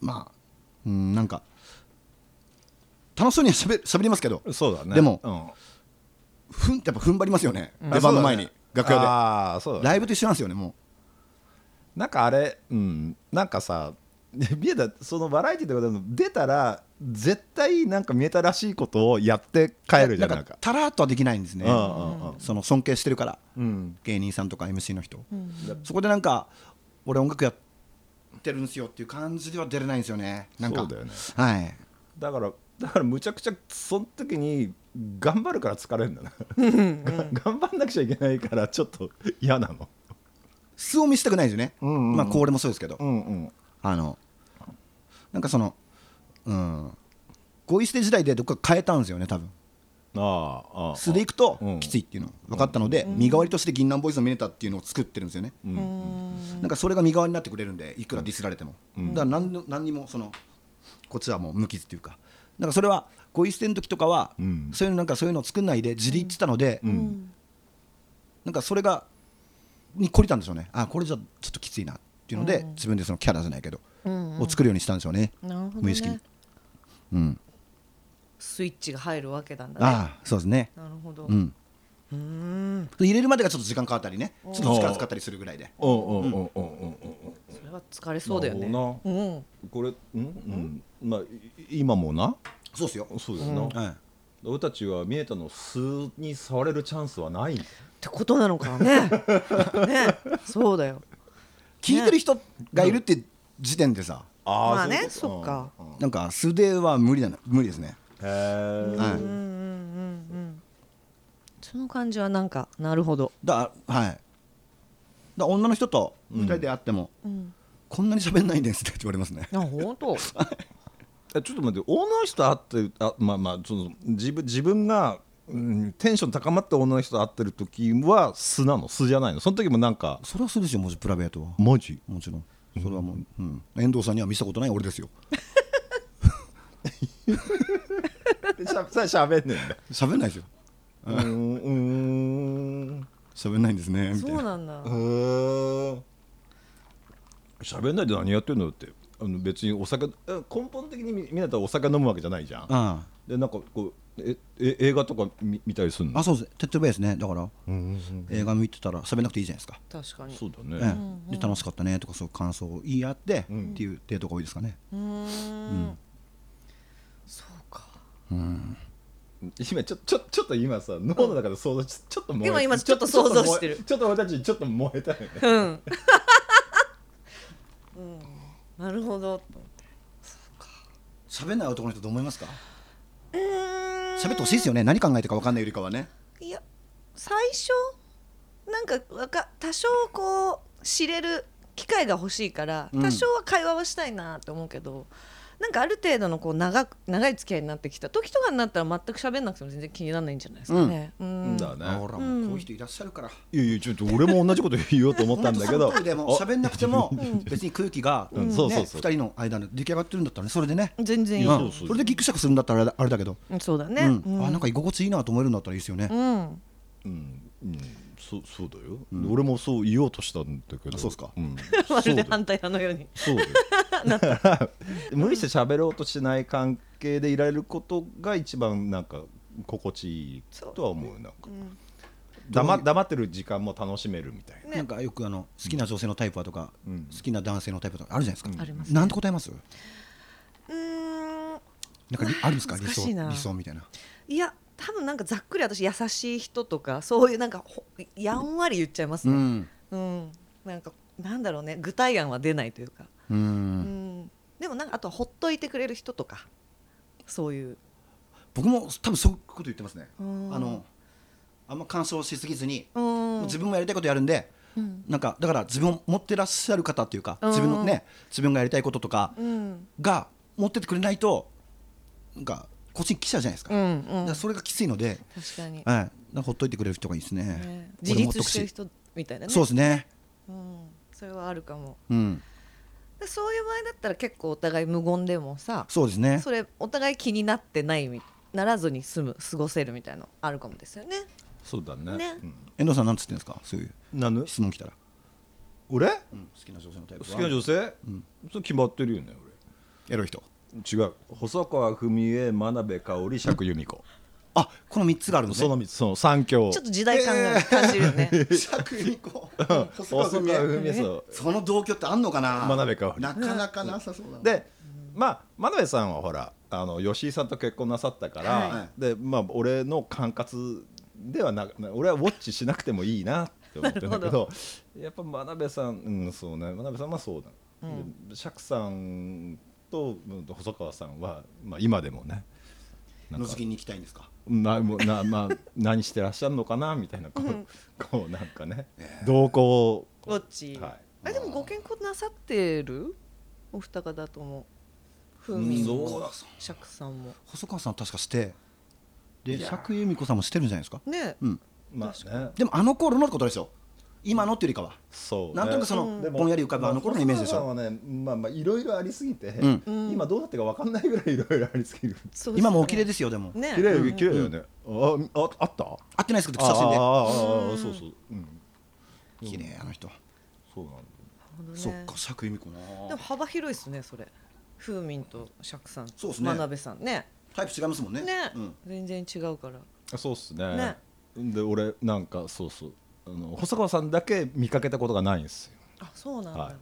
まあうんなんか楽しそうにはしゃべしゃべりますけど
そうだね
でも
うん
ふんってやっぱ踏ん張りますよね、
ん
出番の前に、
あそうだね
楽屋で
ああそうだね
ライブと一緒なんですよねも
なんかあれ、うん、なんかさ、 見えた、そのバラエティとかでも出たら、絶対なんか見えたらしいことをやって帰
う
るじゃん、なんか。
たらーっとはできないんですね、
うんうんうん
その尊敬してるから、
うん、
芸人さんとか MC の人、そこでなんか俺音楽やってるんですよっていう感じでは出れないんですよねなんか
そうだよね
はい
だから、だからむちゃくちゃ、その時に頑張るから疲れるんだな。が 頑張んなくちゃいけないから、ちょっと嫌なの。
素を見せたくないですよね、
うんうんうん
まあこれもそうですけど、
うんうん。
あのなんかそのうんゴイステ時代でどっか変えたんですよね多分
ああ、ああ。
素でいくときついっていうのが分かったので、身代わりとして銀杏ボーイズを見れたっていうのを作ってるんですよね、なんかそれが身代わりになってくれるんでいくらディスられても、だから何の何にもそのこっちはもう無傷っていうかなんかそれはゴイ捨ての時とかは、
うん
そういうのなんかそういうのを作んないで自立ってたので、
うん。
なんかそれがに懲りたんでしょうねあこれじゃちょっときついなっていうので、自分でそのキャラじゃないけど、
うん
を作るようにしたんでしょうね
なるほどね
無意識に、うん、
スイッチが入るわけなんだね
ああそうですね
なるほど、
うん入れるまでがちょっと時間かかったりねちょっと力使ったりするぐらいで
おうおうおうおうおうおうおう。
それは疲れそうだよね
なるほ
うんうん
これ、うん、うん、まあ、い今もな。
そうですよ、
そうですな。
はい
俺たちは見えたの素に触れるチャンスはない
ってことなのか ねねそうだよ
聞いてる人がいるって時点でさ、
あ
まあねそっか
なんか素手は無理だな無理ですね、
へえ、
はい
その感じはなんかなるほど
だはいだから女の人と2人で会っても、こんなに喋んないんですねって言われますね
あ本当
えちょっと待って女の人と会ってあまあまあその自分自分が、うん、テンション高まって女の人と会ってる時は素なの素じゃないのその時もなんか
それはするでしょもちろんプライベートは
マジ
もちろんそれはもう、うん、遠藤さんには見せたことない俺ですよ
しゃさしゃべんねんだ
喋んないですよ
うーんうーん
喋んないんですねみたい
そ
な
うなんだ
へーしゃべんないで何やってんのってあの別にお酒え根本的にみみんなとお酒飲むわけじゃないじゃん
あ
でなんかこうええ映画とか見見たりする
あ
の
あそうです手っ取り早いですねだから、映画見てたら喋んなくていいじゃないですか、
確かに
そうだね、
ええで楽しかったねとかそういう感想を言い合って、っていうデートが多いですかね、
うーんそうか
今ちょちょちょっと今さ脳の中で想像しちょっと燃え
今今ちょっと想像してる
ちょちょっと燃えちょっと俺たちちょっと燃えたよね
うんうんなるほど
喋んない男の人どう思いますか喋ってほしいですよね何考えてるか分かんないよりかはね
いや最初なんかわか多少こう知れる機会が欲しいから
うん
多少は会話はしたいなと思うけど、なんかある程度のこう長く長い付き合いになってきた時とかになったら全く喋んなくても全然気にならないんじゃないですかね。うん
だ
あ
ね
ほら
う
も
ん
うこういう人いらっしゃるから
いやいやちょっと俺も同じこと言おうと思ったんだけど
本当その通りでも
あ
喋んなくても 別に空気が
う
ね
ん
二
そうそうそう
人の間で出来上がってるんだったらねそれでね
全然いい、
や
う
そ
うん
うんそう
それでギクシャクするんだったらあれだあれだけど
んそうだ
う
ね。
ん
うん
あなんか居心地いいなと思えるんだったらいいですよね
うん
うん、うん、そそうだよ、俺もそう言おうとしたんだけど
あそうっすか
ん、
ま
そうだ
るで
よ
反対派のように。
そう だよ 無理して喋ろうとしない関係でいられることが一番なんか心地いいとは思うなんか、黙黙ってる時間も楽しめるみたいな
なんかよくあの好きな女性のタイプはとか
うん
好きな男性のタイプとかあるじゃないですか
あります
なんて答えます
うーん
なんかりあるんですか
難
理
しいな
想理想みたいない
や多分なんかざっくり私優しい人とかそういうなんかほやんわり言っちゃいます
う
ね。
ん
うん、なんかなんだろうね具体案は出ないというか、
う
うん
ん
でもなんかあとはほっといてくれる人とかそういう
僕も多分そういうこと言ってますねあ
うん
のあんま干渉しすぎずに
うん
自分もやりたいことやるんで、なんかだから自分を持ってらっしゃる方っていうか、自分のね自分がやりたいこととか
うん
が持ってってくれないとなんかこっちに来ちゃうじゃないですか,、
うん
だからそれがきついので、
確かに、
はい、なんかほっといてくれる人がいいですね
ね
俺
自
もほっと
立
く
してる人みたいなね
そうですね
うん、それはあるかも
うん
でそういう場合だったら結構お互い無言でもさ
そうですね
それお互い気になってないみならずに済む過ごせるみたいなのあるかもですよね
そうだね
ね
遠藤さんなんつってんですかそういう
うん、なの
質問来たら、
俺
好きな女性のタイ
好
プ
きな女性、それ決まってるよね
エロい人
俺違う細川文江真鍋香織釈由美子
あこの3つがあるの、ね、
その三つその三強
ちょっと時代感が感じるよね、
釈にこう細川文
川
江
文江そう
その同居ってあんのかな
真鍋かおり
なかなかなさそうだな
でまあ真鍋さんはほらあの吉井さんと結婚なさったから、
は
でまあ俺の管轄ではなく俺はウォッチしなくてもいいなって思ってるんだけ
なる
どやっぱ真鍋さんうんそうね真鍋さんはそうだ、で釈さんとうん細川さんは、まあ、今でもねなん
の
か
ぞきに行きたいんですか
なもうな、まあ、 何してらっしゃるのかなみたいなこう,、こうなんかね動向を
ウォッチ、
はい
えでもご健康なさってるお二方とも風
ん
味
そう
も
だ
釈さんも
細川さん確かしてで釈由美子さんもしてるんじゃないですか
ね
うん
まあね
でもあの頃のことですよ今のっていうよりかは
そうね
なんとなくその
うでも
ぼんやり浮かぶあの頃のイメージでしょ
まあ細川さんはねまあまあいろいろありすぎて、
うん
今どうなってるかわかんないぐらいいろいろありすぎる
そう
今もお綺麗
で
ですよでも
すねね
綺麗綺麗だよね、あああった
会ってないですけど写真
ああ
で
ああああそうそううん
綺麗あの人
そうなんだ
うん
そっか釈由美子な
でも幅広いですねそれ風味と釈さん
そう
と、
っすね
真鍋さんね
タイプ違いますもんね
ね
うん
全然違うから
あそうっすね
ね
で俺なんかそうそうあの細川さんだけ見かけたことがないんですよ
あそうなんだ、
はい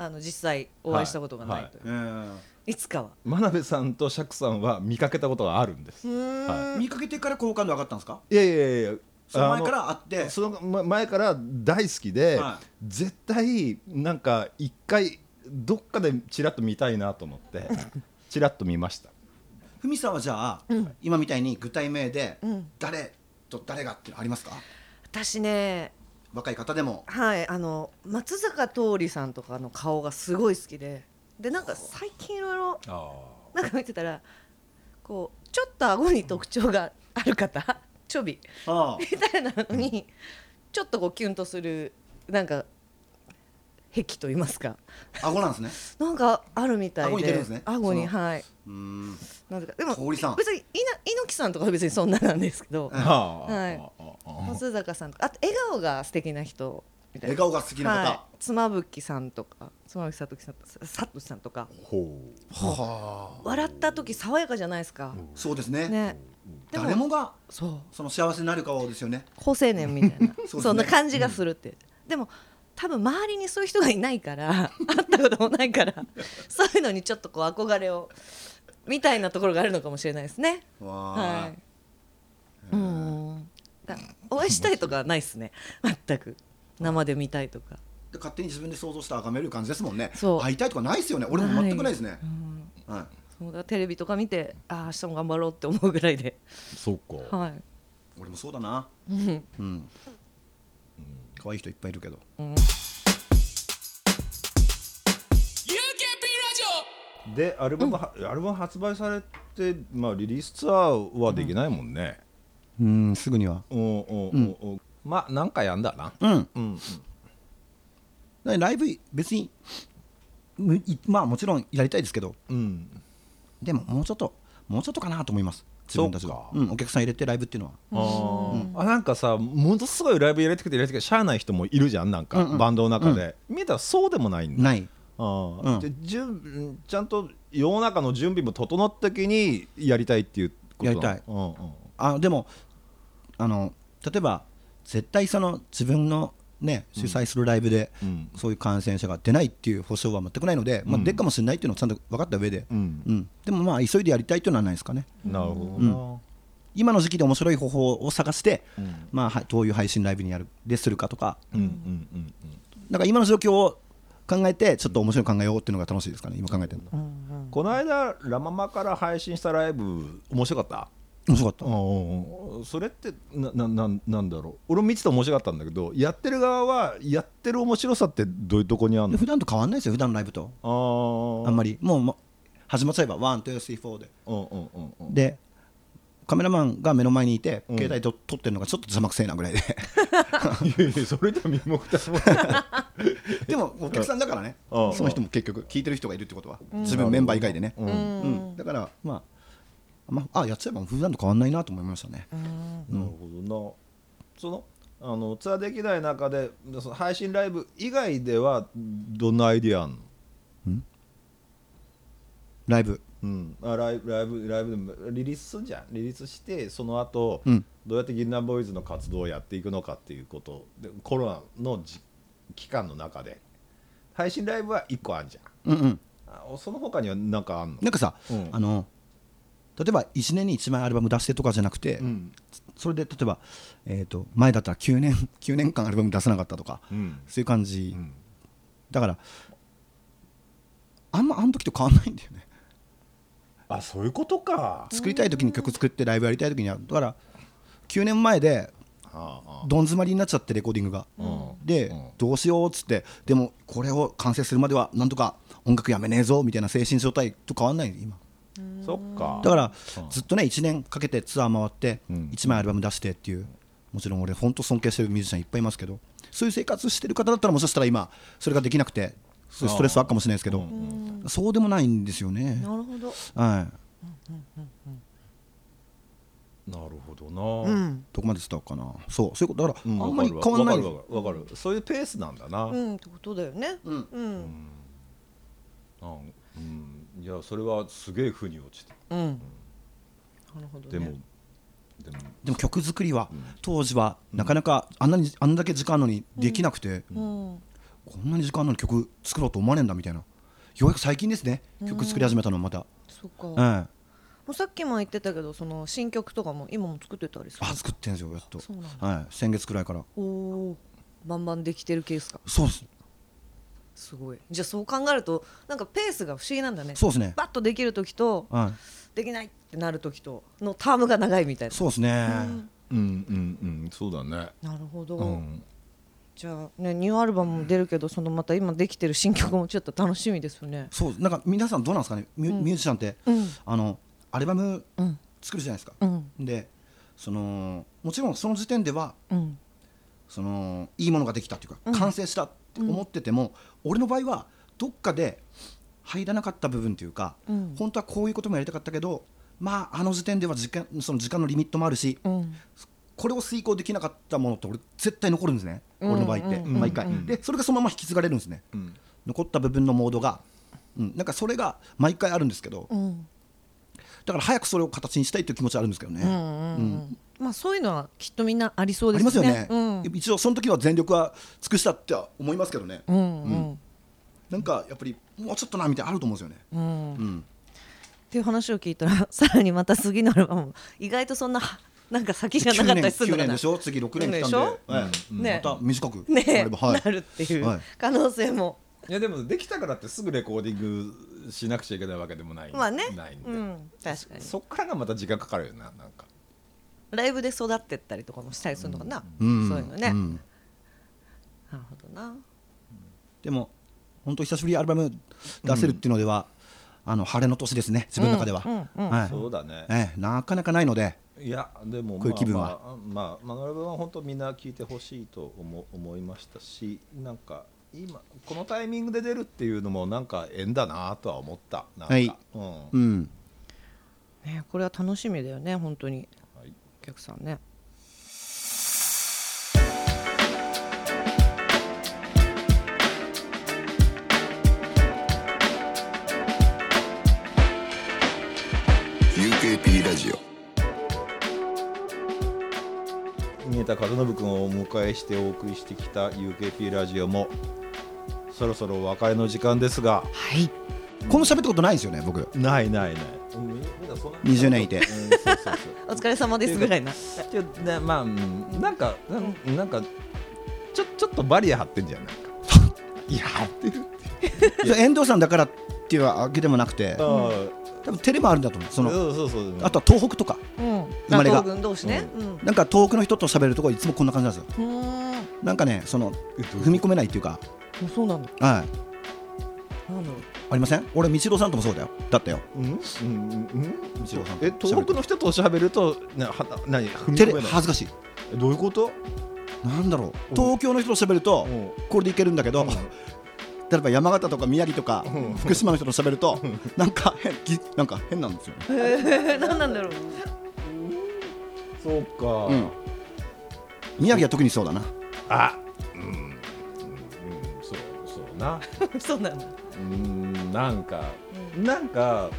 あの実際お会いしたことがないという、
えー
い、つかは
真鍋さんと釈さんは見かけたことがあるんです、は
見かけてから好感度上がったんですか
い、いやいやいやいや
その前か
あ
ら会って
そのま前から大好きで、
は
絶対なんか一回どっかでちらっと見たいなと思ってちらっと見ました
ふみさんはじゃあ今みたいに具体名で誰と誰がっていうのありますか
私ね
若い方でも
はいあの松坂桃李さんとかの顔がすごい好きででなんか最近いろいろ
あ
なんか見てたらこうちょっと顎に特徴がある方 ちょび
ああ
みたいなのにちょっとこうキュンとするなんか癖と言いますか
顎なんですね
なんかあるみたいで
顎に出るんですね
顎に
その
はいう
ーん
なんでかでも
桃李さん
別にいな猪木さんとかは別にそんななんですけど
あああ
はい
あああ
松坂さんとかあと笑顔が素敵な人みたいな
笑顔が好きな方
はい、妻夫木さんとか妻夫木聡さんとかさとしさんとか
ほ
はあ
笑った時爽やかじゃないですか、
そうですね
ねでも
誰もが
そう
その幸せになる顔ですよね
好青年みたいな そ,、
ね
んな感じがするって、でも多分周りにそういう人がいないから会ったこともない からそういうのにちょっとこう憧れをみたいなところがあるのかもしれないですね
わあ
はいうんだお会いしたいとかはないですね全く生で見たいとか
で勝手に自分で想像して崇める感じですもんね
そう
会いたいとかないですよね俺も全くないですね
うん
はい
そうだからテレビとか見てああ明日も頑張ろうって思うぐらいで
うそうか
はい
俺もそうだな
うん
うん可愛い人いっぱいいるけど
UKP ラジオ
でアルバムは、アルバム発売されて、まあ、リリースツアーはできないもんね、
うんすぐには
おうおうおうおうまあなんかやんだな
うん
うんうん
だからライブ別にむいまあもちろんやりたいですけど
うん
でももうちょっともうちょっとかなと思います自分たちが
そう
う、ん、お客さん入れてライブっていうのは
あーあなんかさものすごいライブやりたくてやりたくてしゃあない人もいるじゃんなんか、
うんうん
バンドの中で、見えたらそうでもないんだ
ない
あー、
うん
でじゅんちゃんと世の中の準備も整った時にやりたいっていうことなの
やりたい
うんうん
あでもあの例えば絶対その自分のね主催するライブで、
うん
そういう感染者が出ないっていう保証は全くないので、まあ、出るかもしれないっていうのをちゃんと分かった上で、
うん
うんでもまあ急いでやりたいというのはないですかね
なるほどな、
今の時期で面白い方法を探して、まあ、はどういう配信ライブにやるでするかとか
うん、うんうんうん
なんか今の状況を考えてちょっと面白い考えようっていうのが楽しいですかね今考えてるの、
この間ラ・ママから配信したライブ面白かった
面白かった
うんそれってななななんだろう俺も見てて面白かったんだけどやってる側はやってる面白さってどういうとこにある
で
の
普段と変わんないですよ普段のライブと
あー
あんまりもうもう始まっちゃえばワンツースリーフォーで
うんうんうんうん
でカメラマンが目の前にいて
うん
携帯と撮ってるのがちょっと邪魔くせえなぐら いで
いやいやそれじゃ身も蓋もない
でもお客さんだからね
うん
その人も結局聞いてる人がいるってことは自分メンバー以外でね
うん
うんだからまあまああやっちゃえば普段と変わんないなと思いましたね
なるほどなそのあのツアーできない中でその配信ライブ以外ではどんなアイディアあんの
ライブ
うん、あライブライブライブでもリリースすんじゃんリリースしてその後、
うん
どうやってギンナーボーイズの活動をやっていくのかっていうことでコロナのじ期間の中で配信ライブは1個あんじゃん
うんうん
あその他には何かあんの
なんかさ、
うん
あの例えば1年に1枚アルバム出してとかじゃなくて、
うん
それで例えば、えー、と前だったら9年 ,9 年間アルバム出さなかったとか、
うん
そういう感じ、
ん
だからあんまあの時と変わんないんだよね
あそういうことか
作りたい時に曲作ってライブやりたい時にはだから9年前で
ああ
どん詰まりになっちゃってレコーディングが、
うん
で、
うん
どうしようっつってでもこれを完成するまではなんとか音楽やめねえぞみたいな精神状態と変わんない今
そっか
だから
うん
ずっとね1年かけてツアー回って
うん
1枚アルバム出してっていうもちろん俺本当尊敬してるミュージシャンいっぱいいますけどそういう生活してる方だったらもしかしたら今それができなくてそういうストレスはあるかもしれないですけどそうでもないんですよね
なるほど。
はい
なるほどな、
うん
どこまで伝わるかなそうそういうことだからあ
うんわ
ま
か
り
るわ
変わんない
わかるわかるわかるそういうペースなんだな、
うんってことだよね
うん
うん
うんうんいやそれはすげえ腑に落ちて
うん
なるほど、
で
ね。
も、でも
でも曲作りは当時はなかなかあんなにあんだけ時間あるのにできなくて
うん、
こんなに時間あるのに曲作ろうと思わねえんだみたいなようやく最近ですね曲作り始めたのはまた
そっか。
うん
も
あ
うさっきも言ってたけど、その新曲とかも今も作ってたりする。
作ってんですよやっと
そうなんだ
はい先月くらいから
おお、バンバンできてるケースか。
そうです
すごい。じゃあそう考えるとなんかペースが不思議なんだね。
そうですね
バッとできる時と
はい
できないってなる時とのタームが長いみたい
そうですね
うんうんうんそうだね
な。なるほど。
うん
じゃあねニューアルバムも出るけどそのまた今できてる新曲もちょっと楽しみですよね。
そうなんか皆さんどうなんですかねミュ,、ミュージシャンって、
うん
あのアルバム
うん
作るじゃないですか、
うん
でそのもちろんその時点では
うん
そのいいものができたというか、完成したって思ってても、俺の場合はどっかで入らなかった部分というか、
うん
本当はこういうこともやりたかったけどまああの時点では時間その時間のリミットもあるし、
うん
これを遂行できなかったものって俺絶対残るんですね、俺の場合って、
う
毎回、でそれがそのまま引き継がれるんですね、
ん
残った部分のモードが、うん、なんかそれが毎回あるんですけど、
うん
だから早くそれを形にしたいという気持ちはあるんですけどね、
うんうん。まあそういうのはきっとみんなありそう
あ
で
ります
す
よ
よ
ね
ね。、うん
一応その時は全力は尽くしたっては思いますけどね、
うんうん
なんかやっぱりもうちょっとなみたいなのあると思うんですよね、
うん。
うん、
っていう話を聞いたら さらにまた次のアルバム意外とそんな なんか先じゃなかったりする
9
のか
年
な
でしょ次6年来たんでええ
ね
また短く
ね
なればはい
なるっていう
はい
可能性も、
いやでもできたからってすぐレコーディングしなくちゃいけないわけでもない
まあね
ないんで、
うん、確かに
そっからがまた時間かかるよななんか
ライブで育ってったりとかもしたりするのかな、
ん
そういうのね、な
ん
るほどな
でも本当久しぶりにアルバム出せるっていうのでは、あの晴れの年ですね自分の中では、はい
そうだね
ええ、なかなかないので
いやでも
こういう気分は
まあまあまあマノルブは本当みんな聞いてほしいと思思いましたしなんか今このタイミングで出るっていうのもなんか縁だなとは思ったなんか、
はい
うん
うん
ねこれは楽しみだよね本当に
はい
お客さんね
UKP ラジオ
新田和信君をお迎えしてお送りしてきた UKP ラジオもそろそろお別れの時間ですが
はい
この喋ったことないですよね 僕
ないないない
20年いて
うんそうそうそう
お疲れ様ですぐらいな
ちょなまあうんなんかなんなんかちょちょっとバリア張ってんじゃんないかいや張ってる
それ遠藤さんだからっていうわけでもなくて多分テレもあるんだと思うそ
そ
の
のそうそう
あとは東北とか
うん
生まれが
東軍同士ねうん
なんか東北の人と喋るとこいつもこんな感じなんですよ
うん
なんかねその
えどういうこと
踏み込めないっていうか
そうなんだ
はい
なんだろう
ありません俺道郎さんともそうだよだったよ
うんうんうん
一郎さん
え東北の人と喋るとなはな何踏み
テ
込
レ
めない
恥ずかしい
えどういうこと
なんだろう東京の人と喋ると
うん
これでいけるんだけど、例えば山形とか宮城とか
うん
福島の人と喋るとなんか変ぎなんか変なんですよね
何なんだろう
そうか、
うん宮城は特にそうだな
あうん、うん、そうそうな
そうなんだ
うーんなんかなんか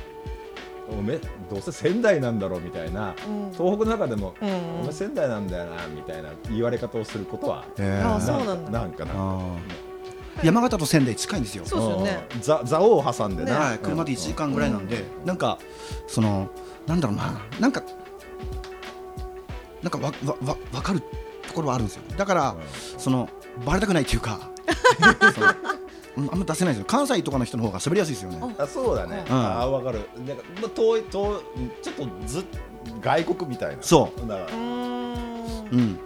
おめどうせ仙台なんだろうみたいな、東北の中でも、おめ仙台なんだよなみたいな言われ方をすることは、
え
あそう
ー
なんだ
なんかな
あー山形と仙台近いんですよ
そうですよね
うんざ座王を挟んでね
はい、車で1時間ぐらいなんで、なんかそのなんだろうななんかなんかわわわ分かるところはあるんですよだから、そのバレたくないってい うかそのうんあんま出せないですよ関西とかの人の方が喋りやすいですよね
あそうだね、
うん
ああ分かるなんか、まあ、遠い遠いちょっとず外国みたいな
そう
だから
ん
うん
なる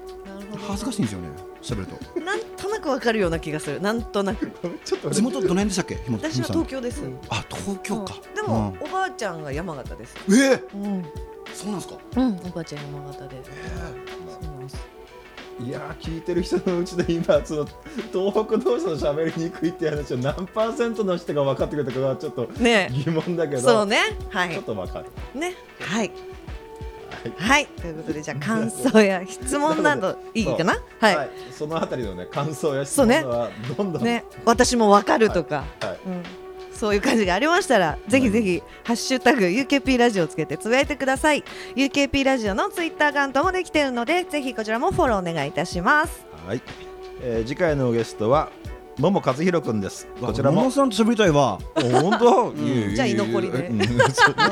ほど
恥ずかしいんですよね喋ると
なんとなくわかるような気がするなんとなく
ちょっとね
地元どの辺でしたっけひも
私は
ひも
東京です
さんあ東京か
うんでも、おばあちゃんが山形です
うんえー、
うん、
そうなんですか
うん、おばあちゃん山形でそうなんです
いやー聞いてる人のうちで今その東北同士の喋りにくいって話を何パーセントの人が分かってくれたかはちょっと
ね
疑問だけど、
そうねは
ちょ
い
っと分かる
ねはい
はい
はいということでじゃあ感想や質問 などいいかな
は、
はいい
そのあたりのね感想や質
そうね
問はどんどん、
ね私もわかるとか
はい、
うんそういう感じがありましたら、ぜひぜひ、ハッシュタグ UKP ラジオをつけてつぶやいてください。UKP ラジオのツイッターアカウントもできているので、ぜひこちらもフォローお願いいたします。
はいえー次回のゲストは桃和弘くんですこちら
野
も
村さんと喋りた いわ
お本当、うん
じゃあ居残りで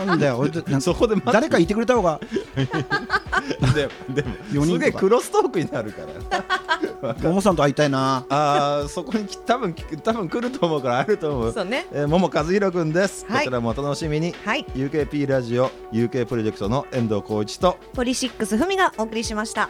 なんだよ俺となんか
そこで待
誰かいてくれた方が
でで
四
もす
人とか
げえクロストークになるから
野村さんと会いたいな
あーそこにき多分き多分来ると思うからあると思う
そうね。
えー、桃和弘くんです、
は
こ
い
ちらもお楽しみに
はい。
UKP ラジオ UK プロジェクトの遠藤浩一と
ポリシックスふみがお送りしました。